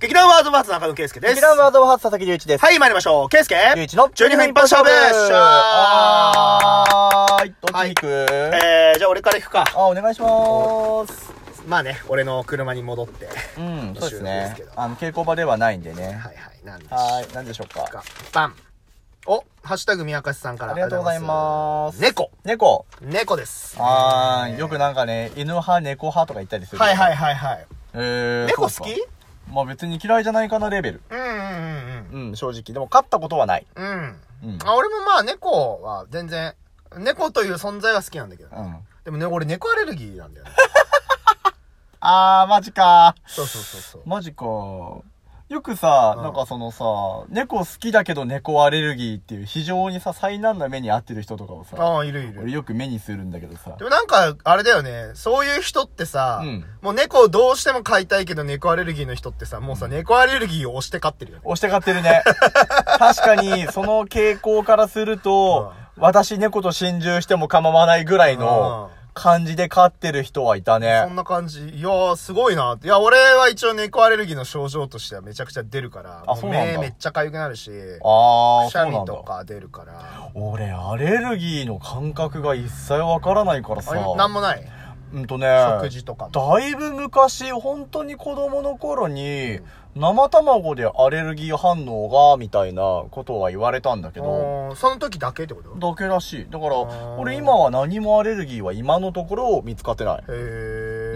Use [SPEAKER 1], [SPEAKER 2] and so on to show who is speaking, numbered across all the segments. [SPEAKER 1] 劇団ワードバーツ中野圭介です。
[SPEAKER 2] 劇団ワードバーツ佐々木隆一です。
[SPEAKER 1] はい、参りましょう。圭介
[SPEAKER 2] 隆一の
[SPEAKER 1] 12分一本勝負
[SPEAKER 2] あーい、どっちに行く、
[SPEAKER 1] えー、じゃあ俺から行くか。
[SPEAKER 2] あ、お願いします。
[SPEAKER 1] まあね、俺の車に戻って。
[SPEAKER 2] うん、そうです
[SPEAKER 1] 収録で
[SPEAKER 2] ね
[SPEAKER 1] すけ。ど
[SPEAKER 2] あの、稽古場ではないんでね。
[SPEAKER 1] はいはい、なんでしょ
[SPEAKER 2] はーい、なんでしょう
[SPEAKER 1] う
[SPEAKER 2] か。
[SPEAKER 1] か。バン。お、ハッシュタグ宮かしさんから
[SPEAKER 2] ありがとうございます。
[SPEAKER 1] 猫。
[SPEAKER 2] 猫。
[SPEAKER 1] 猫です。
[SPEAKER 2] あーい、よくなんかね、犬派、猫派とか言ったりする。。
[SPEAKER 1] はいはいいはいはい。
[SPEAKER 2] えー、
[SPEAKER 1] 猫好
[SPEAKER 2] そう
[SPEAKER 1] き
[SPEAKER 2] ですかまあ別に嫌いじゃないかなレベル。
[SPEAKER 1] うんうん
[SPEAKER 2] うん、正直。でも、飼ったことはない。
[SPEAKER 1] うんうん。うん。
[SPEAKER 2] うん。
[SPEAKER 1] あ俺もまあ猫は全然、猫という存在は好きなんだけど。
[SPEAKER 2] うん。
[SPEAKER 1] でもね、俺猫アレルギー なんだよね。
[SPEAKER 2] あー、マジか
[SPEAKER 1] そうそうそうそう。
[SPEAKER 2] マジか。よくさ、
[SPEAKER 1] うん
[SPEAKER 2] なんかそのさ、猫好きだけど猫アレルギーっていう非常にさ、災難な目に遭ってる人とかをさ、
[SPEAKER 1] ああ、いるい
[SPEAKER 2] 俺
[SPEAKER 1] る。
[SPEAKER 2] よく目にするんだけどさ
[SPEAKER 1] で。もなんか、あれだよね。そういう人ってさ、
[SPEAKER 2] うん
[SPEAKER 1] もう猫をどうしても飼いたいけど猫アレルギーの人ってさ、もうさ、猫アレルギーを押して飼ってるよね。
[SPEAKER 2] 押して買って るね。確かに、その傾向からすると、私猫と心中しても構わないぐらいの
[SPEAKER 1] うん
[SPEAKER 2] 感じで飼ってる人はいた
[SPEAKER 1] そ
[SPEAKER 2] ね
[SPEAKER 1] ん。な感じ。いやー、すごいな。いや、俺は一応猫アレルギーの症状としてはめちゃくちゃ出るから、
[SPEAKER 2] あ
[SPEAKER 1] も
[SPEAKER 2] そうなんだ
[SPEAKER 1] 目めっちゃ痒くなるし、
[SPEAKER 2] あー、
[SPEAKER 1] くし
[SPEAKER 2] そ
[SPEAKER 1] ゃ
[SPEAKER 2] うな
[SPEAKER 1] み
[SPEAKER 2] ん
[SPEAKER 1] と
[SPEAKER 2] だ。
[SPEAKER 1] か出るから。
[SPEAKER 2] 俺、アレルギーの感覚が一切わからないから
[SPEAKER 1] あ
[SPEAKER 2] さ。
[SPEAKER 1] れ、なんもない
[SPEAKER 2] うんとね。
[SPEAKER 1] 食事とかも。
[SPEAKER 2] だいぶ昔、本当に子供の頃に、生卵でアレルギー反応が、みたいなことは言われたんだけど、
[SPEAKER 1] あーその時だけってこと
[SPEAKER 2] だけらしい。だから
[SPEAKER 1] ー、
[SPEAKER 2] 俺今は何もアレルギーは今のところ見つかってない。
[SPEAKER 1] へ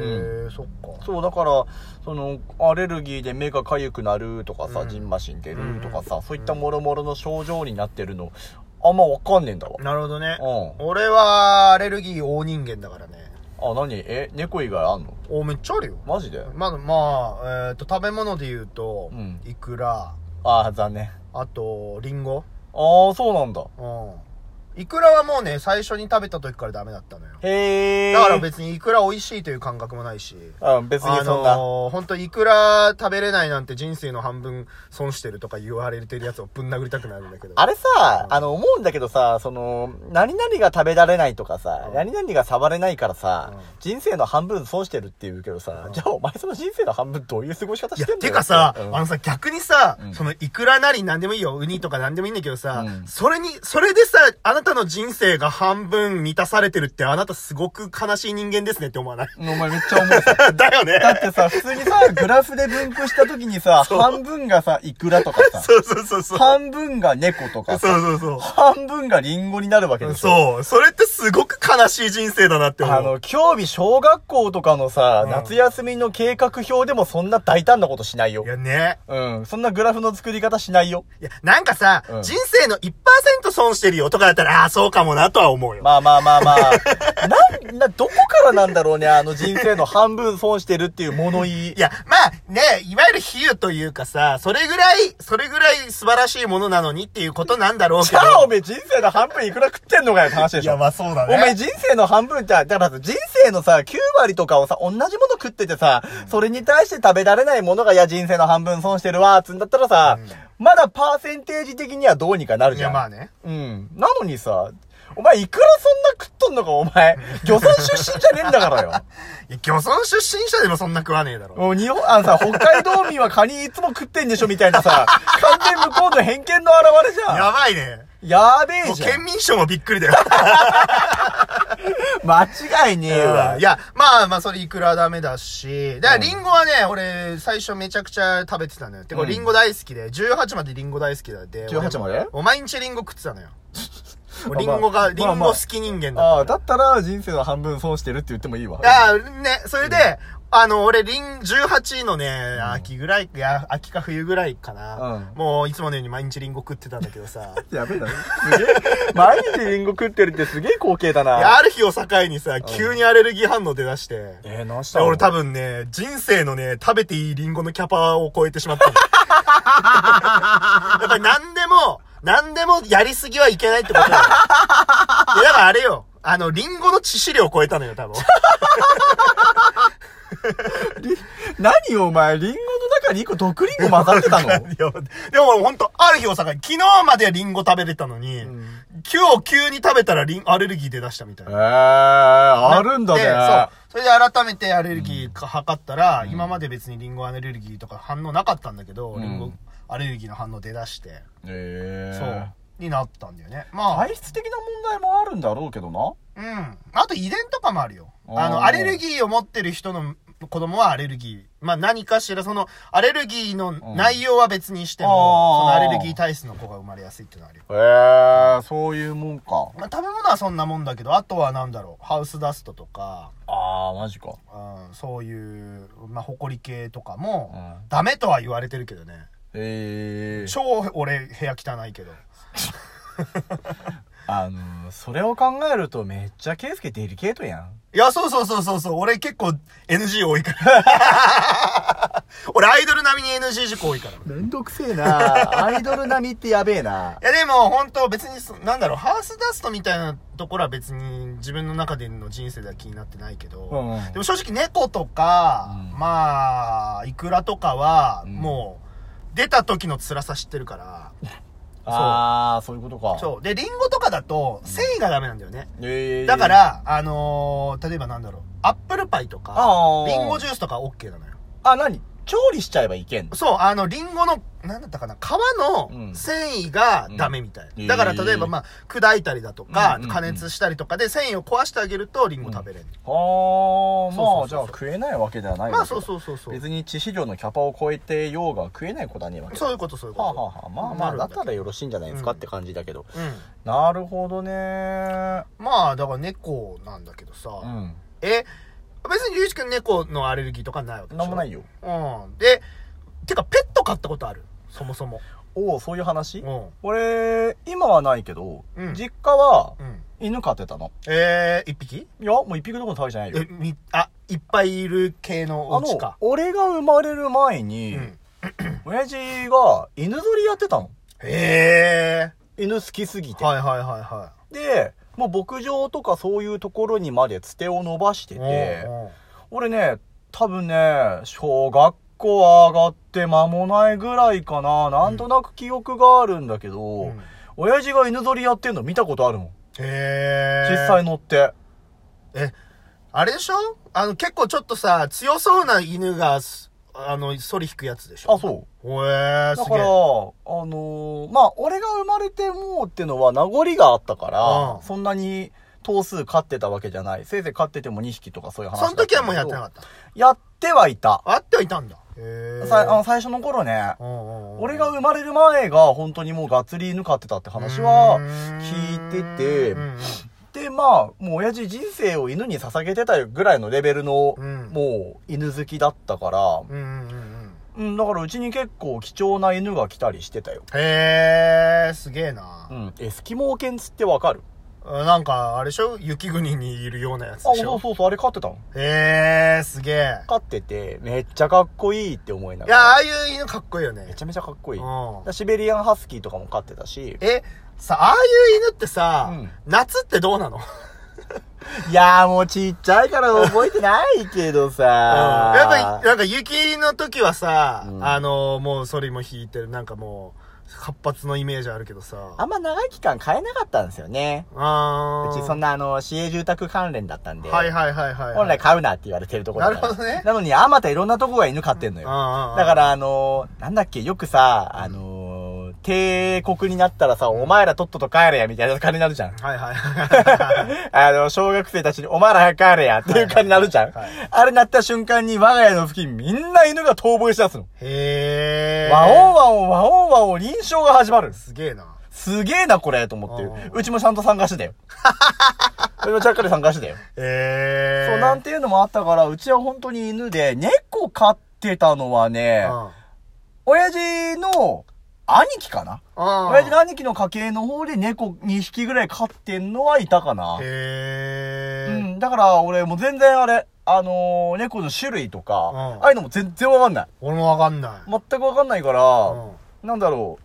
[SPEAKER 1] ー、そっか。
[SPEAKER 2] そう、だから、その、アレルギーで目が痒くなるとかさ、
[SPEAKER 1] うん
[SPEAKER 2] ジンマシン出るとか
[SPEAKER 1] う
[SPEAKER 2] さ、
[SPEAKER 1] ん
[SPEAKER 2] そういった諸々の症状になってるの、あんまわかんねえんだわ。
[SPEAKER 1] なるほどね。
[SPEAKER 2] う
[SPEAKER 1] 俺は、アレルギー大人間だからね。
[SPEAKER 2] ん。あ、何え、猫以外あんの
[SPEAKER 1] お、めっちゃあるよ。
[SPEAKER 2] マジで
[SPEAKER 1] まだ、まあ、えっ、と、食べ物で言うと、
[SPEAKER 2] うん
[SPEAKER 1] イクラ、
[SPEAKER 2] あー、残念。
[SPEAKER 1] あと、リンゴ。
[SPEAKER 2] あー、そうなんだ。
[SPEAKER 1] うん。イクラはもうね、最初に食べた時からダメだったのよ。
[SPEAKER 2] へー。
[SPEAKER 1] だから別にイクラ美味しいという感覚もないし。
[SPEAKER 2] うん、別にそんな。
[SPEAKER 1] あのー、本当イクラ食べれないなんて人生の半分損してるとか言われてるやつをぶん殴りたくなるんだけど。
[SPEAKER 2] あれさ、あの、思うんだけどさ、その、何々が食べられないとかさ、
[SPEAKER 1] うん
[SPEAKER 2] 何々が触れないからさ、
[SPEAKER 1] うん
[SPEAKER 2] 人生の半分損してるって言うけどさ、
[SPEAKER 1] うん
[SPEAKER 2] じゃあお前その人生の半分どういう過ごし方
[SPEAKER 1] い
[SPEAKER 2] し
[SPEAKER 1] や
[SPEAKER 2] てんの
[SPEAKER 1] て
[SPEAKER 2] よ、
[SPEAKER 1] かさ、
[SPEAKER 2] うん
[SPEAKER 1] あのさ、逆にさ、
[SPEAKER 2] うん
[SPEAKER 1] その、いくらなりなんでもいいよ、ウニとかなんでもいいんだけどさ、
[SPEAKER 2] うん
[SPEAKER 1] それに、それでさ、あなたの人生が半分満たされてるって、あなたすごく悲しい人間ですねって思わない
[SPEAKER 2] お前めっちゃ思うさ。
[SPEAKER 1] だよ
[SPEAKER 2] だ
[SPEAKER 1] ね
[SPEAKER 2] ってさ、普通にさ、グラフで分布した時にさ、半分がさ、イクラとかさ、
[SPEAKER 1] そうそうそうそう。
[SPEAKER 2] 半分が猫と
[SPEAKER 1] そう
[SPEAKER 2] かさ、
[SPEAKER 1] そうそう。
[SPEAKER 2] 半分がリンゴになるわけでしょ。
[SPEAKER 1] そう。それってすごく悲しい人生だなって思う。
[SPEAKER 2] あの、興味小学校とかのさ、
[SPEAKER 1] うん
[SPEAKER 2] 夏休みの計画表でもそんな大胆なことしないよ
[SPEAKER 1] い。やね。
[SPEAKER 2] うん。そんなグラフの作り方しないよ。
[SPEAKER 1] いや、なんかさ、
[SPEAKER 2] うん
[SPEAKER 1] 人生の1%損してるよとかだったら、ああ、そうかもなとは思うよ。
[SPEAKER 2] まあまあまあま あ。なん、な、どこからなんだろうね、あの人生の半分損してるっていう物言い。
[SPEAKER 1] いや、まあね、いわゆる比喩というかさ、それぐらい、それぐらい素晴らしいものなのにっていうことなんだろうけ
[SPEAKER 2] じ
[SPEAKER 1] ど。
[SPEAKER 2] ゃあおめえ人生の半分いくら食ってんのかよって話で
[SPEAKER 1] い
[SPEAKER 2] しょ。
[SPEAKER 1] や、まあそうだ
[SPEAKER 2] お前
[SPEAKER 1] ね。
[SPEAKER 2] 人生の半分って、だからさ人生のさ、9割とかをさ、同じもの食っててさ、それに対して食べられないものが、いや、人生の半分損してるわ、つんだったらさ、まだパーセンテージ的にはどうにかなる
[SPEAKER 1] い
[SPEAKER 2] じゃ
[SPEAKER 1] や、
[SPEAKER 2] ん。
[SPEAKER 1] まあね。
[SPEAKER 2] うん。なのにさ、お前いくらそんな食っとんのか、お前。漁村出身じゃねえんだからよ。
[SPEAKER 1] いや、漁村出身者でもそんな食わねえだろ。
[SPEAKER 2] もう日本、あのさ、北海道民はカニいつも食ってんでしょみたいな さ、完全向こうの偏見の表れじゃん。
[SPEAKER 1] やばいね。
[SPEAKER 2] やべ
[SPEAKER 1] も
[SPEAKER 2] え
[SPEAKER 1] う
[SPEAKER 2] じゃん
[SPEAKER 1] 県。民賞もびっくりだよ。
[SPEAKER 2] 間違いねえわ。
[SPEAKER 1] いや、まあまあ、それいくらダメだし、だからリンゴはね、俺、最初めちゃくちゃ食べてたのよ。てか、
[SPEAKER 2] うん
[SPEAKER 1] リンゴ大好きで、18までリンゴ大好きだで。
[SPEAKER 2] 18まで
[SPEAKER 1] お毎日リンゴ食ってたの よ。もう
[SPEAKER 2] あ
[SPEAKER 1] リンゴ
[SPEAKER 2] まあ
[SPEAKER 1] が、リンゴ好き人間だった。
[SPEAKER 2] ああ、だったら人生の半分損してるって言ってもいいわ。
[SPEAKER 1] ああ、ね、それで、あの、俺、リン、18のね、秋ぐらい、いや、秋か冬ぐらいかな。
[SPEAKER 2] うん
[SPEAKER 1] もう、いつものように毎日リンゴ食ってたんだけど さ。
[SPEAKER 2] やべえな。すげえ。毎日リンゴ食ってるってすげえ光景だ
[SPEAKER 1] いや
[SPEAKER 2] な。
[SPEAKER 1] ある日を境にさ、急にアレルギー反応出だして。
[SPEAKER 2] えー、何し
[SPEAKER 1] で
[SPEAKER 2] たの
[SPEAKER 1] 俺多分ね、人生のね、食べていいリンゴのキャパを超えてしまったの。やっぱり何でも、何でもやりすぎはいけないってことだよ。いやだからあれよ。あの、リンゴの致死量を超えたのよ、多分。
[SPEAKER 2] 何よお前、リンゴの中に一個毒リンゴ混ざってたの
[SPEAKER 1] い やでも俺ほんと、ある日を境に、昨日まではリンゴ食べれたのに、今日急に食べたらリン、アレルギー出だしたみたい
[SPEAKER 2] えー、
[SPEAKER 1] な。
[SPEAKER 2] あるんだね。
[SPEAKER 1] でそれで改めてアレルギーか測ったら、今まで別にリンゴアレルギーとか反応なかったんだけど、
[SPEAKER 2] うん
[SPEAKER 1] リンゴアレルギーの反応出だして、
[SPEAKER 2] ええ
[SPEAKER 1] そう、になったんだよね。まあ、
[SPEAKER 2] 体質的な問題もあるんだろうけどな。
[SPEAKER 1] うん。あと遺伝とかもあるよ。
[SPEAKER 2] あー
[SPEAKER 1] あの、アレルギーを持ってる人の子供はアレルギー。まあ何かしら、その、アレルギーの内容は別にしても、
[SPEAKER 2] うんあー
[SPEAKER 1] そのアレルギー体質の子が生まれやすいっていうのはあるよ。
[SPEAKER 2] ええそういうもんか。
[SPEAKER 1] まあ食べ物はそんなもんだけど、あとはなんだろう、ハウスダストとか、
[SPEAKER 2] ああ、マジか。
[SPEAKER 1] うん、そういう、まあ、埃系とかも、
[SPEAKER 2] う
[SPEAKER 1] ダメとは言われてるけどね。
[SPEAKER 2] ええ
[SPEAKER 1] 超俺、部屋汚いけど。
[SPEAKER 2] あのー、それを考えるとめっちゃケイスケデリケートやん。
[SPEAKER 1] いや、そうそうそうそうそう、俺結構 NG 多いから。 俺アイドル並みに NG 事項多いから。い
[SPEAKER 2] めんどくせえな アイドル並みってやべえな
[SPEAKER 1] やでも本当別にそ、なんだろう、ハウスダストみたいなところは別に自分の中での人生では気になってないけど、
[SPEAKER 2] うんうん
[SPEAKER 1] でも正直猫とか、
[SPEAKER 2] うん
[SPEAKER 1] まあ、イクラとかは、
[SPEAKER 2] うん
[SPEAKER 1] もう、出た時の辛さ知ってるから、
[SPEAKER 2] ああ、そういうことか。
[SPEAKER 1] そう。で、リンゴとかだと、繊維がダメなんだよね。
[SPEAKER 2] ええ
[SPEAKER 1] だか、ら、あのー、例えばなんだろう、アップルパイと
[SPEAKER 2] あ
[SPEAKER 1] か、
[SPEAKER 2] ー
[SPEAKER 1] リンゴジュースとか OK なのよ。
[SPEAKER 2] あ、なに調理しちゃえばいけんの
[SPEAKER 1] そう、あの、リンゴの、なんだったかな、皮
[SPEAKER 2] う
[SPEAKER 1] の
[SPEAKER 2] ん
[SPEAKER 1] 繊維がダメみたいな。
[SPEAKER 2] うん
[SPEAKER 1] だから、
[SPEAKER 2] へー
[SPEAKER 1] 例えば、まあ、砕いたりだとか
[SPEAKER 2] うんうんう、ん
[SPEAKER 1] 加熱したりとかで繊維を壊してあげると、リンゴ食べれる。
[SPEAKER 2] ああ、ま
[SPEAKER 1] そ
[SPEAKER 2] あ、
[SPEAKER 1] うそうそう
[SPEAKER 2] じゃあ食えないわけではない
[SPEAKER 1] まあ、そう
[SPEAKER 2] う。
[SPEAKER 1] そうそうそう。
[SPEAKER 2] 別に致死量のキャパを超えてようが食えないことはねえわけだ
[SPEAKER 1] そういうこと、そういう
[SPEAKER 2] はあ、
[SPEAKER 1] こ
[SPEAKER 2] はあはあ、まあま
[SPEAKER 1] な
[SPEAKER 2] あ、
[SPEAKER 1] るん
[SPEAKER 2] だ
[SPEAKER 1] だ
[SPEAKER 2] ったらよろしいんじゃないですか
[SPEAKER 1] う
[SPEAKER 2] っ
[SPEAKER 1] ん
[SPEAKER 2] て感じだけど。
[SPEAKER 1] と。うん。
[SPEAKER 2] なるほどね。
[SPEAKER 1] まあ、だから猫なんだけどさ、
[SPEAKER 2] うん。
[SPEAKER 1] え、別に、ゆういちくん猫のアレルギーとかないわけでしょ
[SPEAKER 2] なんもないよ。
[SPEAKER 1] うん。で、てか、ペット飼ったことあるそもそも。
[SPEAKER 2] おお、そういう話
[SPEAKER 1] うん。
[SPEAKER 2] 俺、今はないけど、
[SPEAKER 1] うん
[SPEAKER 2] 実家は
[SPEAKER 1] うん。
[SPEAKER 2] 犬飼ってたの。
[SPEAKER 1] えー、一匹
[SPEAKER 2] いや、もう一匹どころの騒ぎじゃないよ
[SPEAKER 1] え、。み、あ、いっぱいいる系のお
[SPEAKER 2] あ
[SPEAKER 1] 家
[SPEAKER 2] の
[SPEAKER 1] か、。
[SPEAKER 2] 俺が生まれる前に、
[SPEAKER 1] うん。
[SPEAKER 2] 親父が犬ぞりやってたの。
[SPEAKER 1] へ
[SPEAKER 2] 犬好きすぎ
[SPEAKER 1] ー。
[SPEAKER 2] て。
[SPEAKER 1] はいはいはいは
[SPEAKER 2] で、もう牧場とかそういうところにまでつてを伸ばして
[SPEAKER 1] い。
[SPEAKER 2] て、
[SPEAKER 1] うんうん
[SPEAKER 2] 俺ね、多分ね、小学校上がって間もないぐらいかな。なんとなく記憶があるんだけど、
[SPEAKER 1] うん
[SPEAKER 2] 親父が犬ぞりやってんの見たことあるもん。
[SPEAKER 1] へー。
[SPEAKER 2] 実際乗って。
[SPEAKER 1] え、あれでしょあの、結構ちょっとさ、強そうな犬がす、あの、ソリ引くやつでしょ
[SPEAKER 2] あ、そ
[SPEAKER 1] う。
[SPEAKER 2] う。
[SPEAKER 1] ほえー、
[SPEAKER 2] だ
[SPEAKER 1] す
[SPEAKER 2] か
[SPEAKER 1] げ
[SPEAKER 2] ら、
[SPEAKER 1] え。
[SPEAKER 2] あのーまあ、俺が生まれてもうってのは名残があったから、
[SPEAKER 1] うん
[SPEAKER 2] そんなに頭数飼ってたわけじゃない。せいぜい飼ってても2匹とかそういう話だ
[SPEAKER 1] そ
[SPEAKER 2] った
[SPEAKER 1] の
[SPEAKER 2] んだけ
[SPEAKER 1] 時
[SPEAKER 2] ど
[SPEAKER 1] はもうやってなかった。
[SPEAKER 2] やってはいた。
[SPEAKER 1] あってはいたんだ。へー。
[SPEAKER 2] さあの最初の頃ね、
[SPEAKER 1] うんうんうん
[SPEAKER 2] 俺が生まれる前が本当にもうがっつり犬飼ってたって話は聞いてて、
[SPEAKER 1] うんうん
[SPEAKER 2] で、まあ、もう親父人生を犬に捧げてたぐらいのレベルの、
[SPEAKER 1] うん
[SPEAKER 2] もう犬好きだったから、
[SPEAKER 1] うんうんうんうん
[SPEAKER 2] うん、だからうちに結構貴重な犬が来たりしてたよ。
[SPEAKER 1] へー、すげえな
[SPEAKER 2] う。ん、エスキモー犬つってわかる
[SPEAKER 1] なんか、あれでしょ雪国にいるようなやつ
[SPEAKER 2] あ、
[SPEAKER 1] でし
[SPEAKER 2] そう
[SPEAKER 1] ょ
[SPEAKER 2] そうそう、あれ飼ってたの
[SPEAKER 1] へー、すげえ。
[SPEAKER 2] 飼ってて、めっちゃかっこいいって思いないが
[SPEAKER 1] や、
[SPEAKER 2] ら。
[SPEAKER 1] ああいう犬かっこいいよね
[SPEAKER 2] め。ちゃめちゃかっこいい。だか
[SPEAKER 1] う
[SPEAKER 2] らシベリアンハスキーとかも飼ってたし
[SPEAKER 1] ん。。え、さ、ああいう犬ってさ、
[SPEAKER 2] うん
[SPEAKER 1] 夏ってどうなの、うん、
[SPEAKER 2] いやーもうちっちゃいから覚えてないけどさ
[SPEAKER 1] やっぱり、なんか雪の時はさ、
[SPEAKER 2] うん
[SPEAKER 1] あの、もうソリも引いてる、なんかもう、活発のイメージあるけどさ。
[SPEAKER 2] あんま長い期間飼えなかったんですよね。
[SPEAKER 1] あ
[SPEAKER 2] う
[SPEAKER 1] ー
[SPEAKER 2] ちそんなあの、市営住宅関連だったんで。
[SPEAKER 1] はいはいはいはい。
[SPEAKER 2] 本来飼うなって言われてるところだから
[SPEAKER 1] なるほどね
[SPEAKER 2] なのに、あまたいろんなとこが犬飼ってんのよ。
[SPEAKER 1] うんうんうん
[SPEAKER 2] だから、あのーなんだっけ、よくさ、あのー帝国になったらさ、お前らとっとと帰れや、みたいな感じになるじゃん。
[SPEAKER 1] はいはいはい。
[SPEAKER 2] あの、小学生たちに、お前ら早く帰れや、っていう感じになるじゃん。
[SPEAKER 1] はいはいは
[SPEAKER 2] あれなった瞬間に、我が家の付近、みんな犬が逃亡し出すの。
[SPEAKER 1] へー。
[SPEAKER 2] ワオンワオン、ワオンワオン、臨床が始まる。
[SPEAKER 1] すげえな。
[SPEAKER 2] すげえな、これ、と思ってる
[SPEAKER 1] うん。
[SPEAKER 2] うちもちゃんと参加して たよ。うちもちゃっかり参加してたよ。
[SPEAKER 1] へー。
[SPEAKER 2] そう、なんていうのもあったから、うちは本当に犬で、猫飼ってたのはね、
[SPEAKER 1] うん
[SPEAKER 2] 親父の兄貴かな
[SPEAKER 1] うん。
[SPEAKER 2] 親父の兄貴の家系の方で猫2匹ぐらい飼ってんのはいたかな。
[SPEAKER 1] へ
[SPEAKER 2] う
[SPEAKER 1] ー。
[SPEAKER 2] ん、だから俺もう全然あれ、あのー猫の種類とか、
[SPEAKER 1] うん
[SPEAKER 2] ああいうのも全然わかんない。
[SPEAKER 1] 俺もわかんない。
[SPEAKER 2] 全くわかんないから、
[SPEAKER 1] うん
[SPEAKER 2] なんだろう。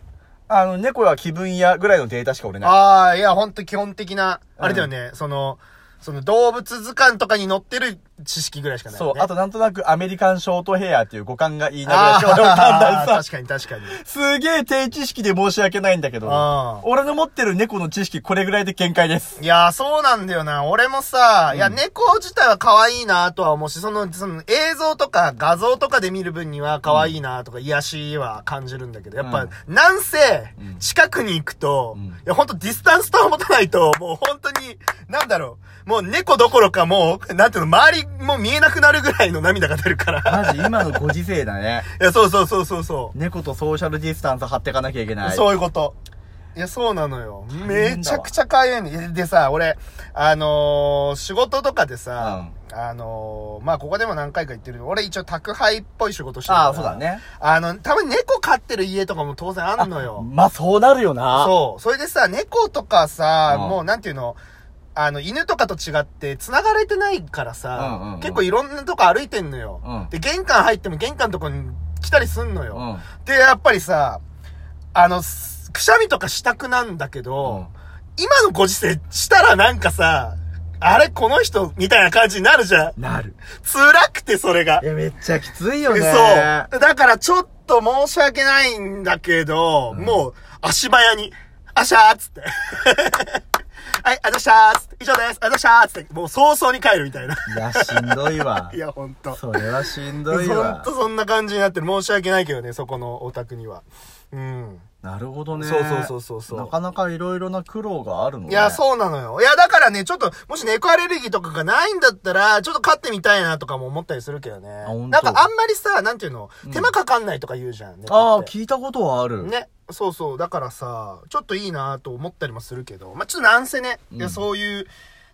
[SPEAKER 2] あの、猫や気分やぐらいのデータしか俺ない。
[SPEAKER 1] ああ、いや、ほんと基本的な、
[SPEAKER 2] うん
[SPEAKER 1] あれだよね、その、その動物図鑑とかに載ってる知識ぐらいしかない、ね。
[SPEAKER 2] そう、あとなんとなくアメリカンショートヘアっていう五感がいいなぐらい
[SPEAKER 1] あ
[SPEAKER 2] しか俺は判断
[SPEAKER 1] ー、
[SPEAKER 2] さ
[SPEAKER 1] 確かに確かに。
[SPEAKER 2] すげえ低知識で申し訳ないんだけど
[SPEAKER 1] あ、ー
[SPEAKER 2] 俺の持ってる猫の知識これぐらいで限界です。
[SPEAKER 1] いやー、そうなんだよな。俺もさ、いや、猫自体は可愛いなとは思うし、その、その映像とか画像とかで見る分には可愛いなとか、癒しは感じるんだけど、やっぱ、なんせ、近くに行くと、
[SPEAKER 2] ん
[SPEAKER 1] いや、ほんとディスタンスと保たないと、もう本当に、なんだろう、もう猫どころかもう、なんていうの、周りもう見えなくなるぐらいの涙が出るから。
[SPEAKER 2] マジ今のご時世だね。
[SPEAKER 1] いや、そうそうそうそうそう。
[SPEAKER 2] 猫とソーシャルディスタンス張ってかなきゃいけない。
[SPEAKER 1] そういうこと。いや、そうなのよ。め
[SPEAKER 2] 変
[SPEAKER 1] ち
[SPEAKER 2] だわ
[SPEAKER 1] ゃくちゃ大変で。でさ、俺、あのー仕事とかでさ、あのーまあ、ここでも何回か言ってるけど俺一応宅配っぽい仕事してるから。
[SPEAKER 2] ああ、そうだ。ね。
[SPEAKER 1] あの、たまに猫飼ってる家とかも当然あんのよ。
[SPEAKER 2] まあ、そうなるよな。
[SPEAKER 1] そう。それでさ、猫とかさ、
[SPEAKER 2] うん
[SPEAKER 1] もうなんていうの、あの、犬とかと違って、繋がれてないからさ、
[SPEAKER 2] うんうんうん
[SPEAKER 1] 結構いろんなとこ歩いてんのよ。
[SPEAKER 2] うん
[SPEAKER 1] で、玄関入っても玄関のとこに来たりすんのよ。
[SPEAKER 2] うん。
[SPEAKER 1] で、やっぱりさ、あの、すくしゃみとかしたくなんだけど、今のご時世したらなんかさ、あれこの人みたいな感じになるじゃん。
[SPEAKER 2] なる。
[SPEAKER 1] 辛くてそれが
[SPEAKER 2] い。や、めっちゃきついよね。
[SPEAKER 1] そう。だからちょっと申し訳ないんだけど、もう足早に、あしゃーっつって。 はい、あざっしゃーっつって。以上です。あざっしゃーっつって。もう早々に帰るみた いな。
[SPEAKER 2] いや、しんどいわ
[SPEAKER 1] い。や、ほんと。
[SPEAKER 2] それはしん
[SPEAKER 1] ほ
[SPEAKER 2] どい
[SPEAKER 1] ん
[SPEAKER 2] わ
[SPEAKER 1] と。そんな感じになってる。申し訳ないけどね、そこのお宅には。うん。
[SPEAKER 2] なるほどね。
[SPEAKER 1] そうそうそうそうそう
[SPEAKER 2] なかなかいろいろな苦労があるのね。
[SPEAKER 1] いや、そうなのよ。いや、だからね、ちょっと、もし猫アレルギーとかがないんだったら、ちょっと飼ってみたいなとかも思ったりするけどね。
[SPEAKER 2] ほんと
[SPEAKER 1] なんかあんまりさ、なんていうの、手間かかんないとか言うじゃん。猫って
[SPEAKER 2] ああ、聞いたことはある。
[SPEAKER 1] ね。そうそう。だからさ、ちょっといいなと思ったりもするけど、まあ、ちょっとなんせね、いやそういう、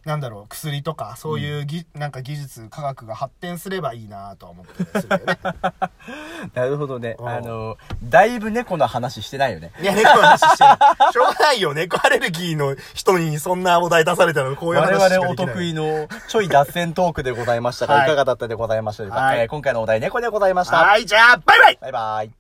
[SPEAKER 1] なんだろう、薬とか、そういうぎ、なんか技術、科学が発展すればいいなとは思ったりするよね。
[SPEAKER 2] なるほどね。
[SPEAKER 1] うん
[SPEAKER 2] あの、だいぶ猫の話してないよね。
[SPEAKER 1] いや、猫の話してる。しょうがないよ、猫アレルギーの人にそんなお題出されたら、こういう話しかで
[SPEAKER 2] 我
[SPEAKER 1] きない。
[SPEAKER 2] 々お得意のちょい脱線トークでございましたが、
[SPEAKER 1] はい
[SPEAKER 2] い、かがだったでございましたでしょうか、
[SPEAKER 1] はい
[SPEAKER 2] えー今回のお題猫でございました。
[SPEAKER 1] はい、じゃあ、バイバイ
[SPEAKER 2] バイバイ。